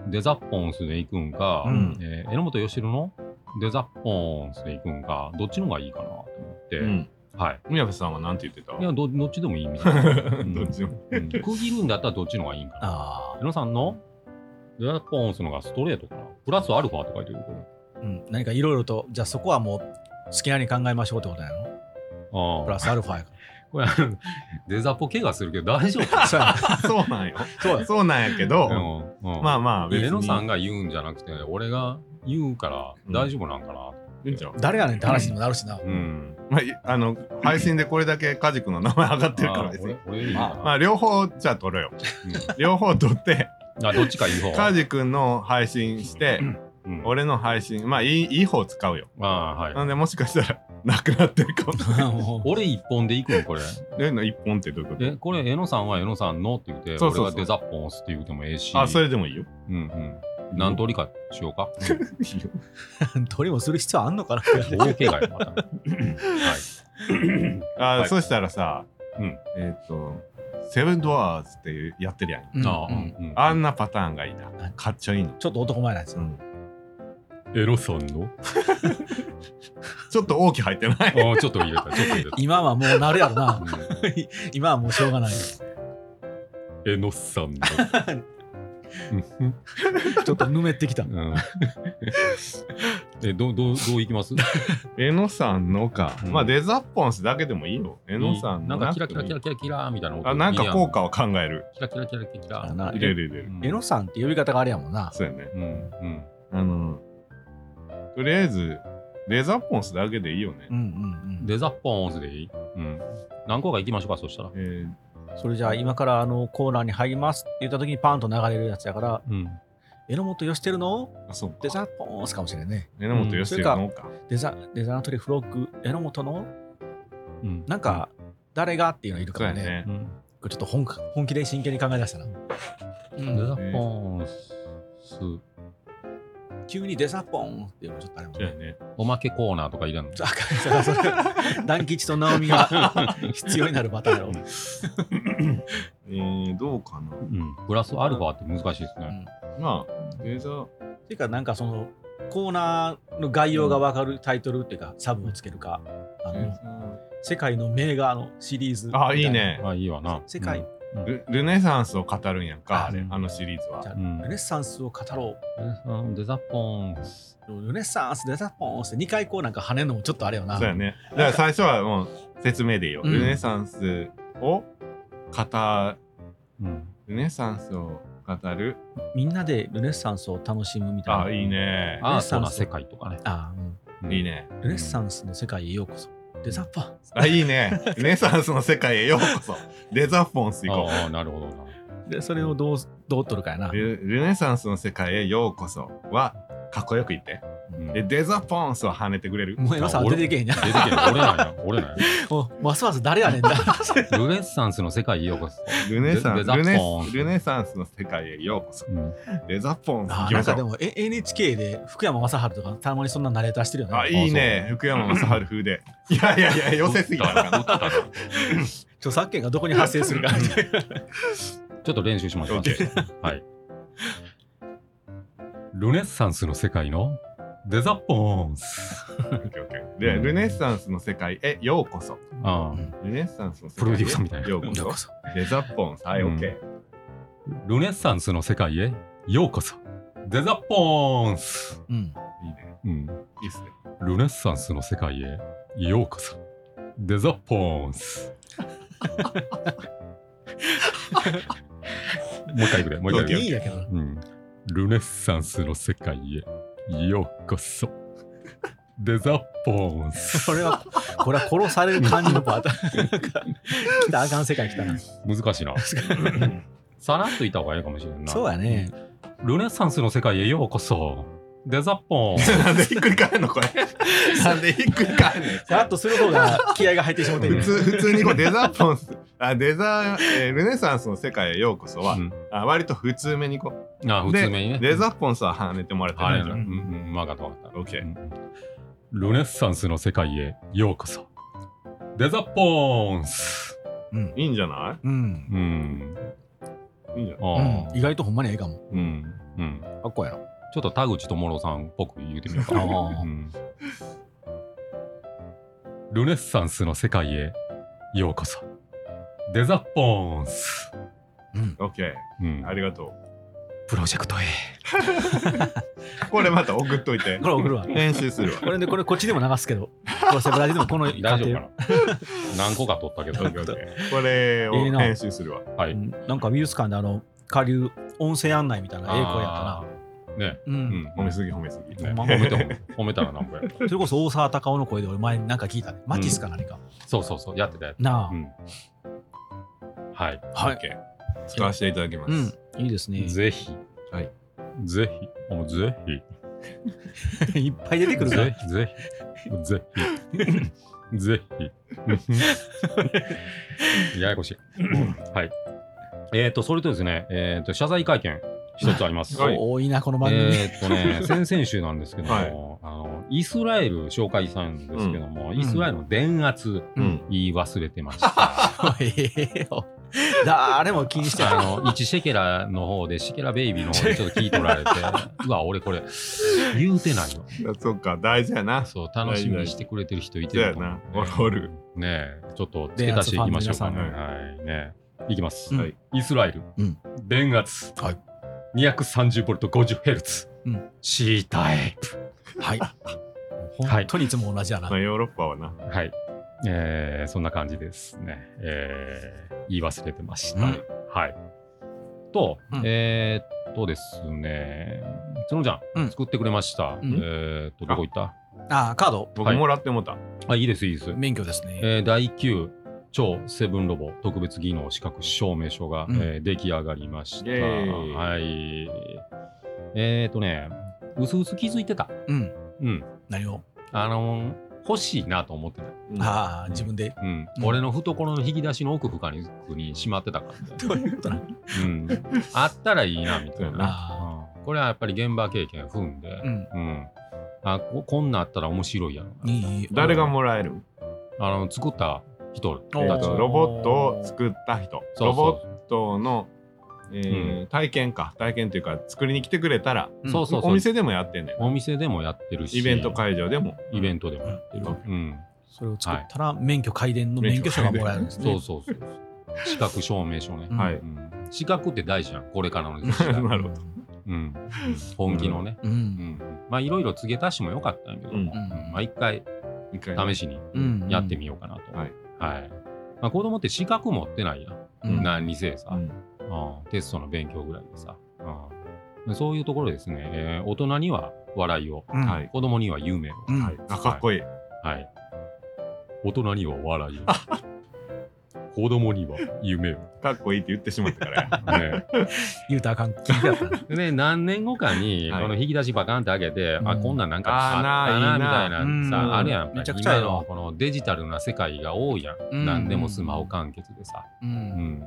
Speaker 1: デザッポンスで行くんか、
Speaker 2: うん
Speaker 1: えー榎本義郎のデザッポンスで行くんかどっちの方がいいかなと思って、
Speaker 2: うん。
Speaker 1: はい
Speaker 2: 宮部さんはなんて言ってた
Speaker 1: いやどどっちでもいいみたいな、うん
Speaker 2: どっちも。
Speaker 1: うん区切るんだったらどっちの方がいいんかな
Speaker 5: あ
Speaker 1: 矢野さんのドラポーンスのがストレートかなプラスアルファと書いてるこれ。
Speaker 5: ーうん、何かいろいろと、じゃあそこはもう好きなように考えましょうってことやの
Speaker 1: あ
Speaker 5: プラスアルファやか
Speaker 1: これあの デザポ怪我するけど大丈夫
Speaker 5: ら。そう
Speaker 2: そ
Speaker 5: や
Speaker 2: うなんよ。
Speaker 5: そうや
Speaker 2: そうなんやけ ど、ま
Speaker 1: ま
Speaker 2: あまあ
Speaker 1: あ、
Speaker 2: 別
Speaker 1: レノ
Speaker 2: に。
Speaker 1: さんが言うんじゃなくて、俺が言うから大丈夫なんかな。
Speaker 2: いいんちゃう
Speaker 5: 誰やねんって話にもなるしな。
Speaker 1: うん。
Speaker 2: まあい、あの、配信でこれだけカジ君の名前上がってるから
Speaker 1: あ
Speaker 2: です
Speaker 1: 俺
Speaker 2: ね。
Speaker 1: 俺でいいかな。
Speaker 2: まあ、両方、じゃあ 撮ろうよ。両方撮って、
Speaker 1: うんあどっちか言う方。
Speaker 2: カジ君の配信して、
Speaker 1: うん
Speaker 2: 俺の配信、まあ、いい、いい方使うよ。
Speaker 1: ああ
Speaker 2: な
Speaker 1: はい。
Speaker 2: んで、もしかしたら、なくなってるかも。
Speaker 5: もう
Speaker 1: 俺一本で行くんこれ。
Speaker 2: 例の一本ってどういうこ
Speaker 1: え、これ、えのさんはえのさんのって言って、
Speaker 2: そうそうそう
Speaker 1: 俺がデザポンスって言うてもええし。
Speaker 2: とあ、それでもいいよ。
Speaker 1: うんうん。何通りかしようか。
Speaker 2: いいよ
Speaker 5: どれもする必要あんのかな。
Speaker 1: 大怪我よ、 また。はい。
Speaker 2: あ、
Speaker 1: はい
Speaker 2: そしたらさ、
Speaker 1: うん
Speaker 2: えっ、と、セブンドアーズっていうやってるやん。
Speaker 5: うん
Speaker 1: ああ、
Speaker 5: うん
Speaker 1: うん
Speaker 2: あんなパターンがいいな。かっちょいいの。
Speaker 5: ちょっと男前なんですよ。
Speaker 2: うん
Speaker 1: エロさんの
Speaker 2: ちょっと大きい入って ない。
Speaker 1: ああ、ちょっと入れた、ちょっと入れた。
Speaker 5: 今はもうなるやろな。今はもうしょうがない。
Speaker 1: えのさんの。
Speaker 5: ちょっとぬめってきた。
Speaker 1: うん えどうどうどういきます
Speaker 2: えのさんのか、
Speaker 1: うん
Speaker 2: まあデザッポンスだけでもいいよえのさん
Speaker 1: な
Speaker 2: の
Speaker 1: んかキラキラキラキラキラみたいな音
Speaker 2: あなんか効
Speaker 1: い
Speaker 2: 果は考える
Speaker 1: いやんキラキラキラキラキ
Speaker 5: あ
Speaker 1: ラ
Speaker 5: な
Speaker 2: 入れる入れる
Speaker 5: エロさんって呼び方があれやもんな。
Speaker 2: そうやね
Speaker 1: うんうん
Speaker 2: あのとりあえずデザッポンスだけでいいよね
Speaker 5: うんうんうん。で、
Speaker 1: デザッポーンズでいいうん何個か行きましょうかそしたら
Speaker 2: えー
Speaker 5: それじゃあ今からあのコーナーに入りますって言った時にパンと流れるやつやから、
Speaker 1: うん
Speaker 5: 榎本よしてるの
Speaker 2: あそうか
Speaker 5: デザポーンスかもしれんね。
Speaker 2: 榎本義弘のか
Speaker 5: デザ、デザートリフロッグ、榎本の、
Speaker 1: うん
Speaker 5: なんか、誰がっていうのいるか
Speaker 2: そう
Speaker 5: ら
Speaker 2: や
Speaker 5: ね。
Speaker 2: ね
Speaker 1: うん
Speaker 5: これちょっと本か本気で真剣に考え出したな。う
Speaker 1: デザ
Speaker 5: ん、
Speaker 1: ッポーンス
Speaker 5: 急にデザポンっていうのちょっとあれも
Speaker 2: そうや
Speaker 5: ね。
Speaker 2: ね
Speaker 1: おまけコーナーとかいらんの
Speaker 5: あかんそれそれ ダン吉と直美が 必要になるパターンやろ
Speaker 2: えー、どうかな
Speaker 1: うんプラスアルファって難しいですね
Speaker 2: まあデザ
Speaker 5: ていうかなんかそのコーナーの概要が分かるタイトルっていうかサブをつけるか「あ
Speaker 2: デ
Speaker 5: の
Speaker 2: ザ
Speaker 5: 世界の名画」のシリーズ
Speaker 2: あいいね
Speaker 1: まあいいわな
Speaker 5: 世界
Speaker 2: ルルネサンスを語るんやんか
Speaker 5: あ
Speaker 2: あれ
Speaker 1: うん
Speaker 2: あのシリーズは
Speaker 5: じゃあ
Speaker 1: うん
Speaker 5: ルネッサンスを語ろ
Speaker 1: うんデザッポーンス
Speaker 5: うルネッサンスデザポンって2回こうなんか跳ねるのもちょっとあれよな
Speaker 2: そうやねだから最初はもう説明でいいよ、
Speaker 5: うん
Speaker 2: ルネサンスを語
Speaker 1: うん
Speaker 2: ルネサンスを語る
Speaker 5: みんなでルネッサンスを楽しむみたいな
Speaker 2: あいいね
Speaker 1: アートな世界とかね
Speaker 5: あうん
Speaker 1: うん
Speaker 2: いいね
Speaker 5: ルネッサンスの世界へようこそデザポン
Speaker 2: あいい ねルネサンスの世界へようこそデザフォンス行こ
Speaker 1: ああなるほどな
Speaker 5: でそれをどうどう取るかやな
Speaker 2: うルルネサンスの世界へようこそはかっこよく言って
Speaker 1: うん
Speaker 2: でデザポンスを跳ねてくれる
Speaker 5: もうエロさんは出てけへんや
Speaker 1: 出てけよ俺なんや俺なんや
Speaker 5: もうますます誰やねんだ
Speaker 1: ルネッサンスの世界へようこそ
Speaker 2: ルネサン
Speaker 1: デ
Speaker 2: ス
Speaker 1: ザ
Speaker 2: ルネ
Speaker 1: ポンス
Speaker 2: ルネサンスの世界へようこそ
Speaker 1: うん
Speaker 2: デザポンス行
Speaker 5: あ
Speaker 2: き
Speaker 5: な
Speaker 2: ま
Speaker 5: ん
Speaker 2: しょ
Speaker 5: かで
Speaker 2: う
Speaker 5: もえ NHK で福山雅治とかたまにそんなナレーターしてるよね
Speaker 2: あいいね福山雅治風で いやいやいや寄せすぎたな
Speaker 1: 打った な
Speaker 5: 著作権がどこに発生するか
Speaker 1: ちょっと練習しまし ょう。はい。ルネッサンスの世界のデザポーンス。
Speaker 2: オッケーオッケーで、ルネッサンスの世界へようこそ。
Speaker 1: あ
Speaker 5: うん
Speaker 2: ルネッサンスの世
Speaker 1: プ
Speaker 2: 界へ
Speaker 1: ロデューサーみたいな
Speaker 2: ようこ
Speaker 5: よう
Speaker 2: そ
Speaker 5: こ。そ
Speaker 2: デザッポン、はい、
Speaker 1: うん
Speaker 2: オッケー。
Speaker 1: あルネッサンスの世界へようこそ。デザポーンス。
Speaker 5: うん
Speaker 2: いいね。
Speaker 1: うん。
Speaker 2: いいっすね。
Speaker 1: ルネッサンスの世界へようこそ。デザポーン ス。もう一回くれ、もう一回く
Speaker 5: い
Speaker 1: れ。
Speaker 5: いんやけど な
Speaker 1: うん、ルネッサンスの世界へようこそデザポーンス
Speaker 5: これはこれは殺される感じのパターンなんか来たあかん世界来たな
Speaker 1: 難しいなさらっといた方がいいかもしれんな
Speaker 5: そうやね
Speaker 1: ルネッサンスの世界へようこそデザポー ン
Speaker 2: なんでひっくり返るのこ れ。なんでひっくり返る
Speaker 5: さらっとする方が気合が入ってしまって
Speaker 2: の
Speaker 5: る
Speaker 2: 普通、普通にこうデザッポンス、あ、デザ、えールネサンスの世界へようこそは、
Speaker 1: うん
Speaker 2: あ割と普通めにこう。
Speaker 1: あ普通めにね
Speaker 2: デザッポンスは跳ねてもらって
Speaker 1: あれ
Speaker 2: ない
Speaker 1: や
Speaker 2: じ
Speaker 1: な
Speaker 2: ゃ。
Speaker 1: うんんうん分かった分かった
Speaker 2: オッケ
Speaker 1: う
Speaker 2: ー。
Speaker 1: んルネッサンスの世界へようこそデザポーンス
Speaker 5: うん
Speaker 2: いいんじゃな
Speaker 5: うん
Speaker 1: うん
Speaker 2: いいいんじゃない
Speaker 1: あ
Speaker 5: う
Speaker 1: あ
Speaker 5: ん意外とほんまにええかも
Speaker 1: うんうん
Speaker 5: かっこええな
Speaker 1: ちょっと田口智郎さんっぽく言うてみようかな。
Speaker 5: ああ
Speaker 1: うんルネッサンスの世界へようこそ。デザポーンス、
Speaker 5: うん
Speaker 2: オッケ
Speaker 1: うん
Speaker 2: ー。ありがと
Speaker 1: プロジェクトへ。
Speaker 2: う。これまた送っといて
Speaker 5: こ。れ送るわ
Speaker 2: 練習するわ。
Speaker 5: これでこれこっちでも流すけどどうせブラジルでもこの
Speaker 1: 大丈夫かな何個か取ったけ
Speaker 2: オッケーオ
Speaker 1: ど。
Speaker 2: ッケーこれを
Speaker 5: いいな
Speaker 2: 練習するわ。
Speaker 1: は
Speaker 5: う
Speaker 1: い。
Speaker 5: んなんか美術館であの下流音声案内みたいな英語や
Speaker 1: あ
Speaker 5: っ
Speaker 1: ーね。
Speaker 5: たな、う
Speaker 1: うんん。
Speaker 2: 褒めすぎ褒めすぎ。
Speaker 1: ね
Speaker 5: ほんま
Speaker 1: 褒めて褒め褒めたらなんぼや。
Speaker 5: それこそ大沢たかおの声で俺前になんか聞いたねマティスか何か、
Speaker 1: そうそうそう、やってたやつ。
Speaker 5: なあ、
Speaker 1: うん。はい。
Speaker 5: は
Speaker 2: オッ
Speaker 5: い、
Speaker 2: ケー使わせていただきます。
Speaker 5: うん、いいですね
Speaker 1: ぜひ。
Speaker 2: はい。
Speaker 1: ぜひ。おぜひ。
Speaker 5: いっぱい出てくるから
Speaker 1: ぜひぜひ。ぜひ。ぜひ。ややこしい。はい。えっ、と、それとですね、えっ、と、謝罪会見、一つあります。
Speaker 2: はい
Speaker 5: 多いなこの番組、
Speaker 1: えっとね、先々週なんですけども、
Speaker 2: はい
Speaker 1: あのイスラエル紹介したんですけども、イスラエルの電圧、
Speaker 5: うん
Speaker 1: 言い忘れてました。
Speaker 5: え えよ誰も気にしてない
Speaker 1: あの1シェケラの方でシェケラベイビーの方でちょっと聞い取られてうわ俺これ言うてないわ
Speaker 2: いやそっか、大事やな。
Speaker 1: そう、楽しみにしてくれてる人いてると思う、ね。
Speaker 2: そうやなおるおる
Speaker 1: ねえ、ちょっと付け足していきましょうかね。
Speaker 2: 電圧ファンの皆
Speaker 1: はい、ねえいきます。
Speaker 5: うん
Speaker 2: はい
Speaker 1: イスラエル、
Speaker 5: うん
Speaker 1: 電圧、
Speaker 5: はい
Speaker 1: 230V50Hz、
Speaker 5: う
Speaker 1: うんん、C タイプ
Speaker 5: はい。
Speaker 1: は
Speaker 5: 本
Speaker 1: い
Speaker 5: 当にいつも同じやな。
Speaker 2: まあ、ヨーロッパはな。
Speaker 1: はい、えーそんな感じですね、えー言い忘れてました、
Speaker 5: うん
Speaker 1: はいと、
Speaker 5: うん
Speaker 1: えーっとですねつのちゃん、
Speaker 5: うん
Speaker 1: 作ってくれました、
Speaker 5: うん
Speaker 1: えーっとどこ行った
Speaker 5: あー、カード、
Speaker 2: 僕もらってもうた。
Speaker 1: あいいですいいです
Speaker 5: 免許ですね。
Speaker 1: えー第9超セブンロボ特別技能資格証明書が、
Speaker 5: うん
Speaker 1: えー出来上がりました。
Speaker 2: イエーイ
Speaker 1: はい。えっ、ー、とね、うすうす気づいてた。
Speaker 5: うん。
Speaker 1: うん。
Speaker 5: 何を
Speaker 1: あのー欲しいなと思ってた。
Speaker 2: うん
Speaker 5: ああ、自分で。
Speaker 1: うん。
Speaker 5: うん
Speaker 1: 俺の懐の引き出しの奥深ににしまってたから、ね。
Speaker 5: どう いうことなの
Speaker 1: うん。あったらいいな、みたい
Speaker 2: そうや
Speaker 1: な
Speaker 5: な、
Speaker 1: うんこれはやっぱり現場経験踏んで
Speaker 5: う、ん。
Speaker 1: うん。あこ、こんなんあったら面白いやろな。
Speaker 5: いい
Speaker 2: 誰がもらえる
Speaker 1: あの、作った人
Speaker 5: お
Speaker 2: え
Speaker 5: ー
Speaker 2: ーとロボットを作った人。
Speaker 1: そうそう
Speaker 2: ロボットの、えー体験か。体験というか、作りに来てくれたら、
Speaker 5: うん
Speaker 1: そうそうそう。
Speaker 2: お店でもやってんねん。
Speaker 1: お店でもやってるし、
Speaker 2: イベント会場でも。
Speaker 1: イベントでもやってる。
Speaker 2: うん
Speaker 1: うん。
Speaker 5: それを作ったら免許改伝の免許証がもらえるんです
Speaker 1: そう
Speaker 5: ね。
Speaker 1: そうそう。資格証明書ね。
Speaker 2: はい
Speaker 1: うん資格って大事じゃん、これからの時代
Speaker 2: なるほど
Speaker 1: うん。本気のね。
Speaker 5: う。
Speaker 1: うんん。まあ、いろいろ告げ足しもよかったんやけど、
Speaker 2: う
Speaker 1: うんんまあ、一回
Speaker 2: 一回
Speaker 1: 試しに
Speaker 5: うん
Speaker 1: やってみようかなと。
Speaker 2: はい
Speaker 1: はい。まあ、子供って資格持ってないやん。
Speaker 5: うん
Speaker 1: 何にせえさ、
Speaker 2: うん
Speaker 1: うんテストの勉強ぐらいでさ。うんそういうところでですね、えー大人には笑いを、
Speaker 5: うん
Speaker 2: はい。
Speaker 1: 子供には夢を、
Speaker 5: うん
Speaker 2: はい。あ、かっこいい。
Speaker 1: はい。大人には笑 いを。子供には夢を。
Speaker 2: かっこいいって言ってしまったから や。
Speaker 1: ね、
Speaker 5: 言うたらあかん。聞いてやったな
Speaker 1: で、何年後かに、
Speaker 2: はい
Speaker 1: この引き出しバカンって開けて、
Speaker 5: う
Speaker 1: あ、
Speaker 5: ん
Speaker 1: こんなんなんかあった
Speaker 2: あー
Speaker 1: な、み
Speaker 2: な
Speaker 1: た
Speaker 2: い
Speaker 1: いな
Speaker 5: な
Speaker 1: さ、
Speaker 5: うん
Speaker 1: あるやん。
Speaker 5: めちゃくちゃや
Speaker 1: 今
Speaker 5: な
Speaker 1: のこのデジタルな世界が多いやん。
Speaker 5: うん
Speaker 1: 何でもスマホ完結でさ。
Speaker 5: う
Speaker 1: うんん。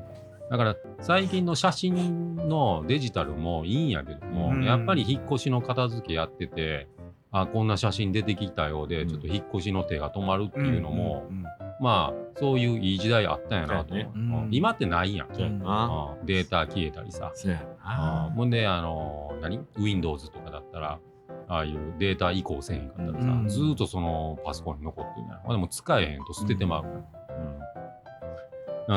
Speaker 1: だから、最近の写真のデジタルもいいんやけども、
Speaker 5: うん
Speaker 1: やっぱり引っ越しの片付けやってて、あ、こんな写真出てきたようで、ちょっと引っ越しの手が止まるっていうのも、
Speaker 5: うん
Speaker 1: まあそういういい時代あったんやなと、
Speaker 2: そうやね
Speaker 1: うん今ってないやん、
Speaker 2: そうやな。
Speaker 1: うんデータ消えたりさ、
Speaker 2: そうや
Speaker 1: うん
Speaker 2: な。
Speaker 1: ほんであの何 Windows とかだったらああいうデータ移行せえへんかったらさ、
Speaker 5: うん
Speaker 1: ずーっとそのパソコンに残ってるやんほんでもう使えへんと捨ててまう、う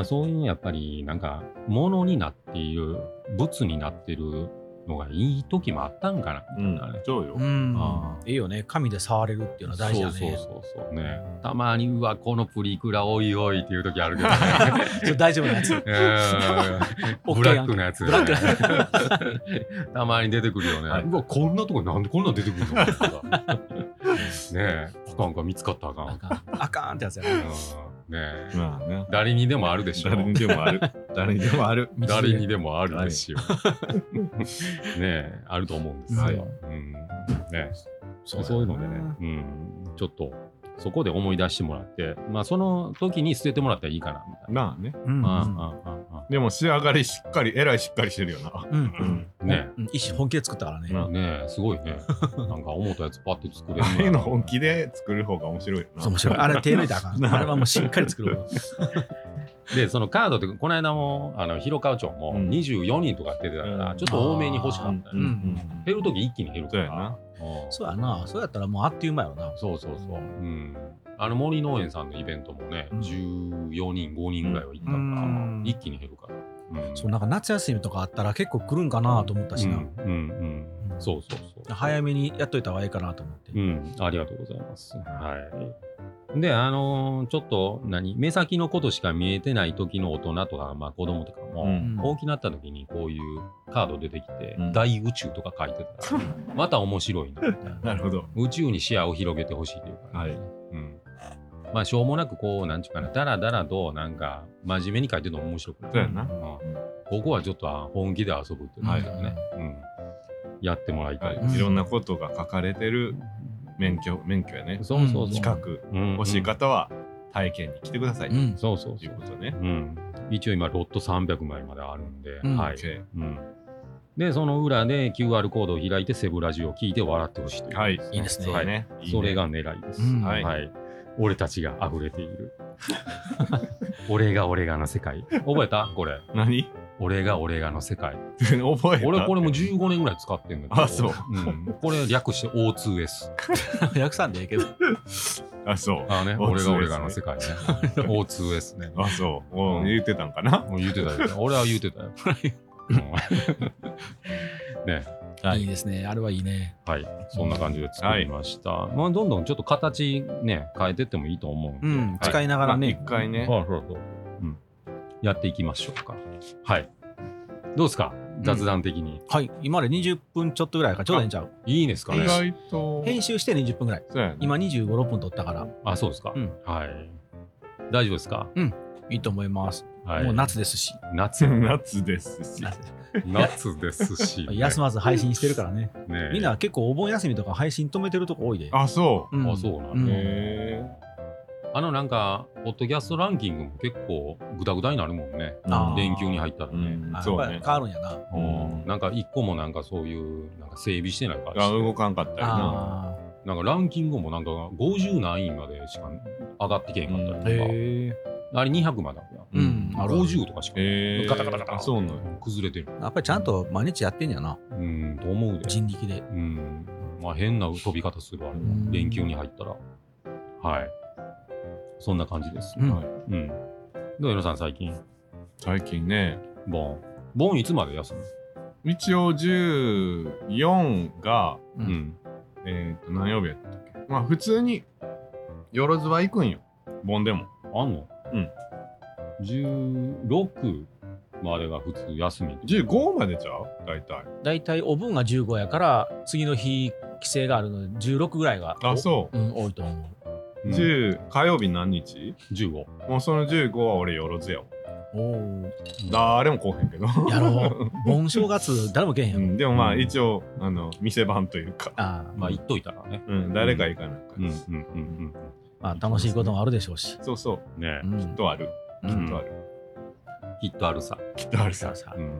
Speaker 1: んそういうやっぱりなんか物になっている物になってるのがいい時もあったんかな
Speaker 2: うん。そうよ
Speaker 5: う。ん
Speaker 1: あ
Speaker 5: いいよね紙で触れるっていうのは大事だね
Speaker 1: そうそうそうそうねたまにうわこのプリクラおいおいっていう時あるけどね
Speaker 5: ちょっと大丈夫 なやつ
Speaker 1: う んブラックのやつ。
Speaker 5: ブラック
Speaker 1: たまに出てくるよね。
Speaker 2: はいう
Speaker 1: わ、こんなとこになんでこんなん出てくるのとかねえ、あかんか見つかったらあかん。
Speaker 5: あかんあかんってやつやな
Speaker 1: うんねえ、
Speaker 2: まあね。
Speaker 1: 誰にでもあるでしょ。
Speaker 2: 誰にで もある。誰にでもある。
Speaker 5: 道
Speaker 1: 誰に
Speaker 5: で
Speaker 1: でもあるですよ。 ねえ、あると思うんですよ。うん、ねえ
Speaker 5: そ
Speaker 1: そうう
Speaker 5: だな
Speaker 1: いうのでね、うん、ちょっとそこで思い出してもらって、まあその時に捨ててもらったらいいかなみたいな。
Speaker 2: なあね。
Speaker 5: うん
Speaker 1: うんうんうん
Speaker 2: でも仕上がりしっかり、えらいしっかりしてるよな。
Speaker 5: うん
Speaker 1: うんね
Speaker 5: うん一心本気で作ったからね
Speaker 2: うん
Speaker 1: ねえ、すごいね。なんか思ったやつパッて作れる
Speaker 2: あ
Speaker 1: な
Speaker 2: あいうの本気で作る方が面白いよな。
Speaker 5: そう面白いあれ手抜いたらあかんあれはもうしっかり作る
Speaker 1: で、そのカードって、この間も、あの、広川町も
Speaker 2: うん
Speaker 1: 24人とか出てたから、
Speaker 2: うん
Speaker 1: ちょっと多めに欲しかったよ
Speaker 2: うん
Speaker 1: ね。
Speaker 2: うん
Speaker 1: 減るとき一気に減るか
Speaker 2: そう
Speaker 1: ら。
Speaker 2: や
Speaker 1: う
Speaker 2: な。
Speaker 1: ん
Speaker 5: そうやなそうやったらもうあっという間よな
Speaker 1: そうそうそう。うん。あの森農園さんのイベントもね、
Speaker 5: うん
Speaker 1: 14人、5人ぐらいは行ったか
Speaker 5: うん
Speaker 1: ら、一気に減るから。うん
Speaker 5: そうなんか夏休みとかあったら結構来るんかなと思ったし
Speaker 1: うん
Speaker 5: な
Speaker 1: うんうん。そうそうそう。
Speaker 5: 早めにやっといた方がいいかなと思って
Speaker 1: うん、ありがとうございます。はい。で、あのーちょっと何、目先のことしか見えてない時の大人とか、まあ子供とかも、
Speaker 2: うん
Speaker 1: 大きなった時にこういうカード出てきて、
Speaker 2: うん
Speaker 1: 大宇宙とか書いてたら、また面白いなみたいな。
Speaker 2: なるほど。
Speaker 1: 宇宙に視野を広げてほしいというか、
Speaker 2: はい
Speaker 1: うん。まあ、しょうもなくこう、なんちゅうかな、だらだらと、なんか、真面目に書いてるのも面白くない。
Speaker 2: そうやな。
Speaker 1: うんここはちょっとあ本気で遊ぶっていうのがね、うん、やってもらいたい。
Speaker 2: はいいろんなことが書かれてる免許、免許やね。
Speaker 1: そうそうそう。
Speaker 5: うん
Speaker 2: 資格
Speaker 1: うん
Speaker 2: 欲しい方は体験に来てください。
Speaker 5: う
Speaker 2: と
Speaker 5: ん
Speaker 1: そうそう
Speaker 2: い
Speaker 1: そうう。
Speaker 2: ことね。
Speaker 1: うん、一応今ロット300枚まであるんで、
Speaker 5: うん
Speaker 1: はい、
Speaker 2: OK
Speaker 1: うん、でその裏で QR コードを開いてセブラジオを聞いて笑ってほしいという、
Speaker 2: はい
Speaker 5: いいですね
Speaker 2: そうだね。いいね
Speaker 1: それ。が狙いです、
Speaker 5: うん
Speaker 1: はい俺たちが溢れてい る俺が俺がの世界覚えたこれ
Speaker 2: 何
Speaker 1: 俺が俺がの世界
Speaker 2: 覚えた
Speaker 1: 俺これもう15年ぐらい使ってんだけど
Speaker 2: あそう、
Speaker 1: ん、これ略して O2S
Speaker 5: 訳さんでええけど
Speaker 2: あ、そう。
Speaker 1: あね
Speaker 2: O2S
Speaker 1: 俺が俺がの世界ね O2S ね
Speaker 2: あ、そう。お
Speaker 1: うん
Speaker 2: 言ってたんかな。
Speaker 1: もう言うてたよ。俺は言うてたよ。うん ね。
Speaker 2: はい
Speaker 5: いいですね。あれはいいね。
Speaker 1: はい、そんな感じで作りました。まあ、どんどんちょっと形ね、変えてってもいいと思うんで。
Speaker 5: うん。
Speaker 1: はい
Speaker 5: 使いながらね。
Speaker 2: 一回ね。
Speaker 1: そうそうそう。うん。やっていきましょうか。はい。どうですか雑談的に。
Speaker 5: はい。今まで20分ちょっとぐらいか。ちょうどいいんちゃう。
Speaker 1: いいですか
Speaker 2: 意
Speaker 1: ね。
Speaker 2: 外と。
Speaker 5: 編集して20分ぐらい。
Speaker 2: そうやね
Speaker 5: 今25、6分撮ったから、
Speaker 1: あ、そうですか。
Speaker 5: うん
Speaker 1: はい。大丈夫ですか、
Speaker 5: いいと思います。
Speaker 1: はい、
Speaker 5: もう夏ですし。
Speaker 1: 夏。
Speaker 2: 夏ですし。
Speaker 1: 夏です し、
Speaker 5: 休まず配信してるからね。
Speaker 1: ね
Speaker 5: みんな結構お盆休みとか配信止めてるとこ多いで。
Speaker 2: あ、そ
Speaker 5: うん
Speaker 1: あ、そうなん
Speaker 5: う
Speaker 1: だ
Speaker 5: ん
Speaker 2: へ
Speaker 1: あのなんか、ポッドキャストランキングも結構グダグダになるもんね。
Speaker 5: あー
Speaker 1: 連休に入ったら
Speaker 2: う
Speaker 1: ね。
Speaker 2: ん
Speaker 5: あやっ
Speaker 2: そう
Speaker 5: ぱり
Speaker 2: ね。
Speaker 5: 変わるんやな。
Speaker 1: うんなんか一個もなんかそういうなんか整備してないから
Speaker 2: あ動かんかったりな。
Speaker 5: あ
Speaker 1: なんかランキングもなんか50何位までしか上がってけへんかった
Speaker 5: あ。
Speaker 1: りとか、
Speaker 5: へえ。
Speaker 1: あれ200まであるやん
Speaker 5: うん。あるある
Speaker 1: 50とかしか
Speaker 2: へえ。
Speaker 1: ガタガタガタガタ
Speaker 2: そうなのよ。
Speaker 1: 崩れてる
Speaker 5: やっぱりちゃんと毎日やってんやな。
Speaker 1: うんと思うで
Speaker 5: 人力で。
Speaker 1: うんまあ変な飛び方するあれは
Speaker 5: うん
Speaker 1: 連休に入ったらはいそんな感じです
Speaker 5: うん
Speaker 2: はい
Speaker 1: うんどうやろさん最近
Speaker 2: 最近ね。
Speaker 1: ボンボンいつまで休む
Speaker 2: 一応14が、
Speaker 5: うん
Speaker 1: うん
Speaker 2: えっと、何曜日やったっけまあ、普通に、よろずは行くんよ。盆でも。
Speaker 1: あんの
Speaker 2: うん
Speaker 1: 16までが普通休み
Speaker 2: 15までちゃう大体。
Speaker 5: だいたいお盆が15やから、次の日、規制があるので、16ぐらいが。。
Speaker 2: あ、そう
Speaker 5: うん、多いと思う。
Speaker 1: う
Speaker 2: う。
Speaker 1: ん
Speaker 2: 10、火曜日何日
Speaker 1: 15
Speaker 2: もうその15は俺よろずやわ。
Speaker 5: おー
Speaker 2: 誰も来おへんけど。
Speaker 5: やろ う。盆正月、誰もけえへんや
Speaker 2: う
Speaker 5: ろ。
Speaker 2: ん、でもまあ
Speaker 1: うん
Speaker 2: 一応、あの店番というか、
Speaker 5: ああ、
Speaker 1: まあ言っといたらね
Speaker 2: うん、誰か行かないか
Speaker 1: うん
Speaker 2: ら、
Speaker 1: うんうん
Speaker 5: まあ楽しいこともあるでしょうし。
Speaker 2: そうそう
Speaker 1: うんね
Speaker 5: うん
Speaker 2: きっとある、
Speaker 5: う
Speaker 2: きっ
Speaker 5: ん
Speaker 2: とある
Speaker 1: きっとあるさ
Speaker 2: きっとあるさ
Speaker 5: さあ
Speaker 1: うんうんう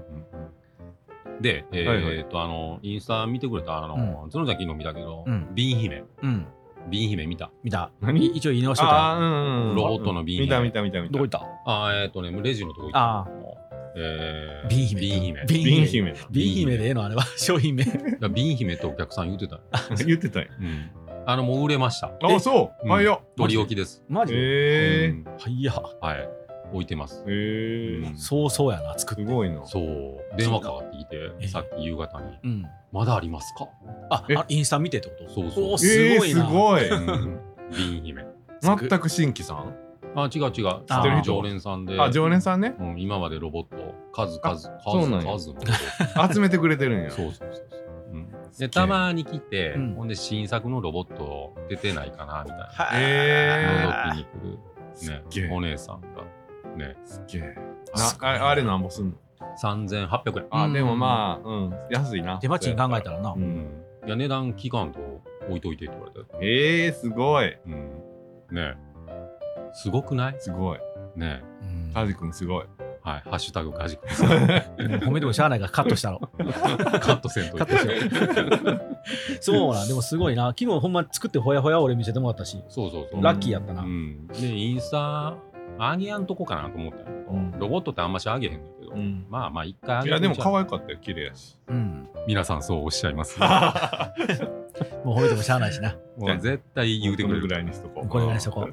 Speaker 1: んで、えー
Speaker 2: はいはい
Speaker 1: えーっと、あの、インスタ見てくれた、あの、角崎の見たけど
Speaker 5: うん、
Speaker 1: 瓶姫、
Speaker 5: うん。
Speaker 1: 瓶姫見た。
Speaker 5: 見た。い
Speaker 2: 何
Speaker 5: 一応言い直してた。
Speaker 2: あーうんうん
Speaker 1: ロボットの瓶
Speaker 2: 見た見た見た見た
Speaker 5: どこ行った
Speaker 1: あー、えーっとね、レジのとこ行った。
Speaker 5: ああ。
Speaker 1: えー
Speaker 5: 瓶姫
Speaker 1: 瓶姫。
Speaker 5: 瓶
Speaker 2: 瓶姫だ
Speaker 5: B 姫でええのあれは商品名。
Speaker 1: だから瓶姫ってお客さん言 ってた。
Speaker 2: 言ってたんや
Speaker 1: うん。あの、もう売れました。
Speaker 2: あそううんはいよ
Speaker 1: 取り置きです。
Speaker 5: マジ
Speaker 1: う
Speaker 2: へ
Speaker 1: ん
Speaker 5: はいや。
Speaker 1: はい。置いてます。
Speaker 2: えへえ
Speaker 5: そうそうやな、作
Speaker 2: す
Speaker 5: って。
Speaker 2: ごいな
Speaker 1: そう。電話かかってき
Speaker 5: え
Speaker 1: て、さっき夕方に、
Speaker 5: うん。
Speaker 1: まだありますか
Speaker 5: あ
Speaker 2: え、
Speaker 5: あインスタ見てってこと
Speaker 1: そうそう
Speaker 5: おすご
Speaker 2: え
Speaker 5: い
Speaker 2: ー
Speaker 5: な。
Speaker 2: すごい
Speaker 1: うん瓶姫。
Speaker 2: 全く新規さん
Speaker 1: あ、違う違う。
Speaker 5: 知ってる人
Speaker 1: 常連さんで。
Speaker 2: あ常連さんね
Speaker 1: うん、今までロボットを数
Speaker 2: あ
Speaker 1: 々数
Speaker 2: そうなんや
Speaker 1: 数の
Speaker 2: 集めてくれてるんや
Speaker 1: そうそうそうそう、うん、でたまに来て、
Speaker 5: うん
Speaker 1: ほんで新作のロボット出てないかなみたいな
Speaker 5: は
Speaker 2: へ
Speaker 5: あ
Speaker 1: 覗きに
Speaker 2: すっ
Speaker 1: 来
Speaker 2: げ
Speaker 1: る、
Speaker 2: え
Speaker 1: ね、お姉さんがね
Speaker 2: すっげえ
Speaker 5: すごい
Speaker 2: なああれなんぼすんの
Speaker 1: 3800円、
Speaker 2: あ
Speaker 5: うん
Speaker 2: でもまあうん安いな
Speaker 5: 手間賃考えたらな
Speaker 2: う。
Speaker 1: うんん、いや値段期間と置いといてって言われて、
Speaker 2: えーすごい
Speaker 1: うん、ねすごくない
Speaker 2: すごい
Speaker 1: ね
Speaker 5: うん
Speaker 2: カジ君すごい
Speaker 1: はい「ハッシュタグかじく」
Speaker 5: もう褒めてもしゃあないからカットした の。
Speaker 1: カットせんとい
Speaker 5: カットしよそうなん、でもすごいな。昨日ほんま作ってほやほや俺見せてもらったし。
Speaker 1: そうそうそう
Speaker 5: ラッキーやったな
Speaker 1: う。ん、でインスタ上げやんとこかなと思ったんやけど、
Speaker 2: うん
Speaker 1: ロボットってあんまし上げへんねんけど、
Speaker 2: うん
Speaker 1: まあまあ一回上げ
Speaker 2: いやでも可
Speaker 1: い
Speaker 2: 愛かったよ綺麗 やし
Speaker 5: うん。
Speaker 1: 皆さんそうおっしゃいます、
Speaker 5: もう褒めてもしゃあないしな。
Speaker 1: もう絶対言うてくれ
Speaker 2: このぐ
Speaker 1: る
Speaker 2: らいにしとこ
Speaker 5: これぐらいにしとこ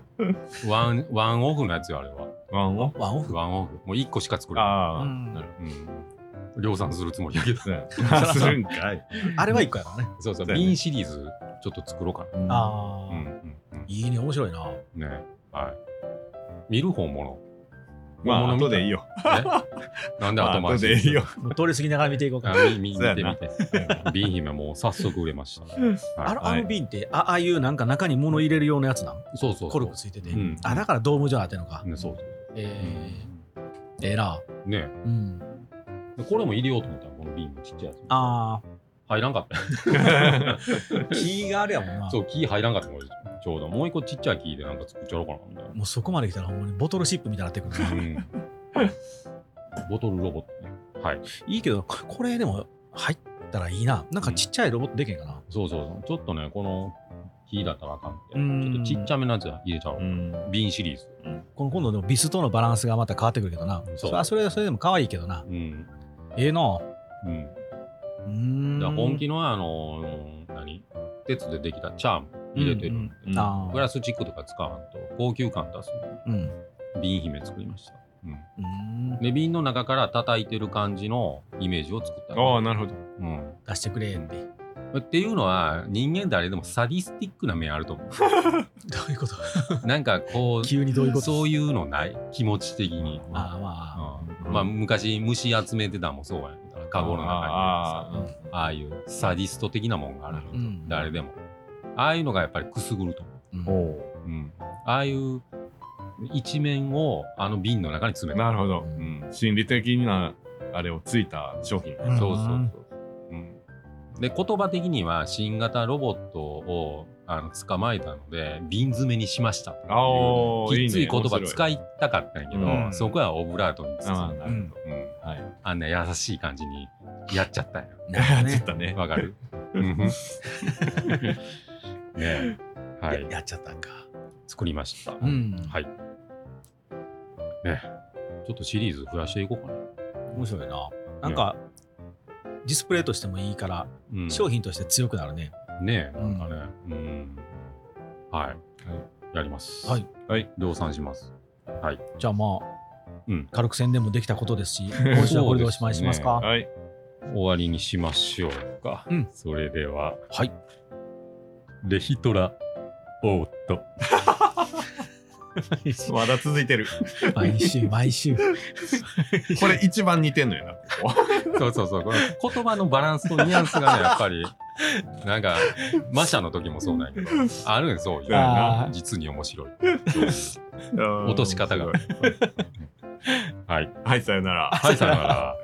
Speaker 1: ワンワンオフのやつよあれは
Speaker 2: うワンオ
Speaker 5: う。ワンオフ。
Speaker 1: ワンオフもう一個しか作れな
Speaker 2: ああ
Speaker 5: うん
Speaker 2: なるほ
Speaker 1: い、うん、量産するつもりやけど
Speaker 2: どねするんかい
Speaker 5: あれは一個やからね。
Speaker 1: そうそう
Speaker 2: そうやね
Speaker 1: 瓶シリーズちょっと作ろうか
Speaker 5: あ
Speaker 1: な、
Speaker 5: あ、
Speaker 1: うんうんうん
Speaker 5: いいね、面白いな。
Speaker 1: ねはい見る本物
Speaker 2: まあ
Speaker 1: 本
Speaker 2: 後
Speaker 1: 物見た
Speaker 2: でいいよ
Speaker 1: えなんで
Speaker 2: まあ
Speaker 1: 後回
Speaker 2: 後
Speaker 1: し
Speaker 2: でいいよ
Speaker 5: もう通り過ぎながら見ていこうか
Speaker 1: あ
Speaker 5: な。
Speaker 1: み見
Speaker 2: そう
Speaker 1: 見
Speaker 2: や
Speaker 1: て
Speaker 2: な
Speaker 1: みて瓶姫もう早速売れました、
Speaker 5: あ
Speaker 1: は
Speaker 5: のあの瓶って、あああいうなんか中に物入れるようなやつなん
Speaker 1: い、そうそうそう
Speaker 5: コルクついてて。
Speaker 1: うん
Speaker 5: あ、だからドーム状になってんのか。
Speaker 1: ねそうそう
Speaker 5: えー、ええな。
Speaker 1: ね
Speaker 5: うん。
Speaker 1: でこれも入れようと思ったのこの瓶のちっちゃいやつ
Speaker 5: あ
Speaker 1: 入らんかった
Speaker 5: あ、木があれやもん な。
Speaker 1: そう木入らんかったもんちょうどもう一個ちっちゃい木でなんか作っちゃおうかなみたいな
Speaker 5: もうそこまで来たらほんまにボトルシップみたいになってくるな。
Speaker 1: ボトルロボットね。はい。
Speaker 5: いいけど、ここれでも入ったらいいな。なんかちっちゃいロボットでけんかな。
Speaker 1: そうそうそう。ちょっとね、この木だったらあかんって。
Speaker 5: うん
Speaker 1: ちょっとちっちゃめのやつ入れちゃおう。瓶シリーズ。
Speaker 5: この今度のビスとのバランスがまた変わってくるけどな。
Speaker 1: そう
Speaker 5: それはそれでそれでも可愛いけどな。
Speaker 1: うん。
Speaker 5: ええな。
Speaker 1: うん。
Speaker 5: うーん
Speaker 1: だから本気のあのー何鉄でできたチャーム入れてる。
Speaker 5: うん
Speaker 2: うん
Speaker 5: あー
Speaker 1: プラスチックとか使わんと高級感出すの
Speaker 5: うん。
Speaker 1: に瓶姫作りました。うん。
Speaker 5: うーんうん
Speaker 1: で瓶の中から叩いてる感じのイメージを作った
Speaker 2: ああ、なるほど。
Speaker 1: うん
Speaker 5: 出してくれって。 ど
Speaker 1: っていうのは人間誰でもサディスティックな面あると思
Speaker 5: ういうこと
Speaker 1: うなんかこう
Speaker 5: 急にどういうこと
Speaker 1: そういうのない気持ち的に、
Speaker 5: ああまあ。
Speaker 1: うんまあ昔虫集めてたもそうやねんからカゴの中に
Speaker 2: あ
Speaker 1: あ
Speaker 2: ー
Speaker 1: ああいうサディスト的なもんがある、
Speaker 5: うん
Speaker 1: 誰でもああいうのがやっぱりくすぐると思
Speaker 5: うん
Speaker 2: あー
Speaker 1: う、
Speaker 2: お
Speaker 1: うんああいう一面をあの瓶の中に詰
Speaker 2: う
Speaker 1: めた
Speaker 2: なるほど
Speaker 1: う。ん
Speaker 2: 心理的なあれをついた商品。
Speaker 5: うん
Speaker 1: そうそうそう。うん、で言葉的には新型ロボットをあの捕まえたので瓶詰めにしましたっていう
Speaker 2: ああ、
Speaker 1: きっつい言葉
Speaker 2: いね。
Speaker 1: 使いたかったんやけど、
Speaker 2: うん
Speaker 1: そこはオブラートに包んだ、
Speaker 2: あ
Speaker 1: う
Speaker 2: ー
Speaker 1: ん
Speaker 2: はい。
Speaker 1: あんな優しい感じにやっちゃったんや
Speaker 5: な るほど
Speaker 2: ちょっ
Speaker 5: ね。
Speaker 2: とね。
Speaker 1: わかるうんねえはい
Speaker 5: ややっちゃったんか。
Speaker 1: 作りました、
Speaker 5: うん。
Speaker 1: はいねちょっとシリーズ増やしていこうかな、
Speaker 5: 面白いな。なんか、ディスプレイとしてもいいから、
Speaker 1: うん
Speaker 5: 商品として強くなるね。
Speaker 1: ねえ、
Speaker 5: うん
Speaker 1: なんかね、うん。はい。やります。
Speaker 5: はい。
Speaker 1: はい。量産します。はい。
Speaker 5: じゃあまあ、
Speaker 1: うん
Speaker 5: 軽く宣伝もできたことです し、今週はこれでおしまいしますか。
Speaker 2: はい。
Speaker 1: 終わりにしましょうか。
Speaker 5: うん
Speaker 1: それでは、
Speaker 5: はい。
Speaker 1: レヒトラ、おーっと。
Speaker 2: まだ続 いてる。
Speaker 5: 毎週、毎週。
Speaker 2: これ一番似てんのよな、こ こ。
Speaker 1: そうそうそう。この言葉のバランスとニュアンス がね、やっぱり、なんか、マシャの時もそうなんやけ ど、あるんそういうの
Speaker 5: あ
Speaker 1: が
Speaker 5: ー、
Speaker 1: 実に面白い。
Speaker 2: 落
Speaker 1: 落 とし方が。はい。
Speaker 2: はい、さよなら。
Speaker 1: はい、さよなら。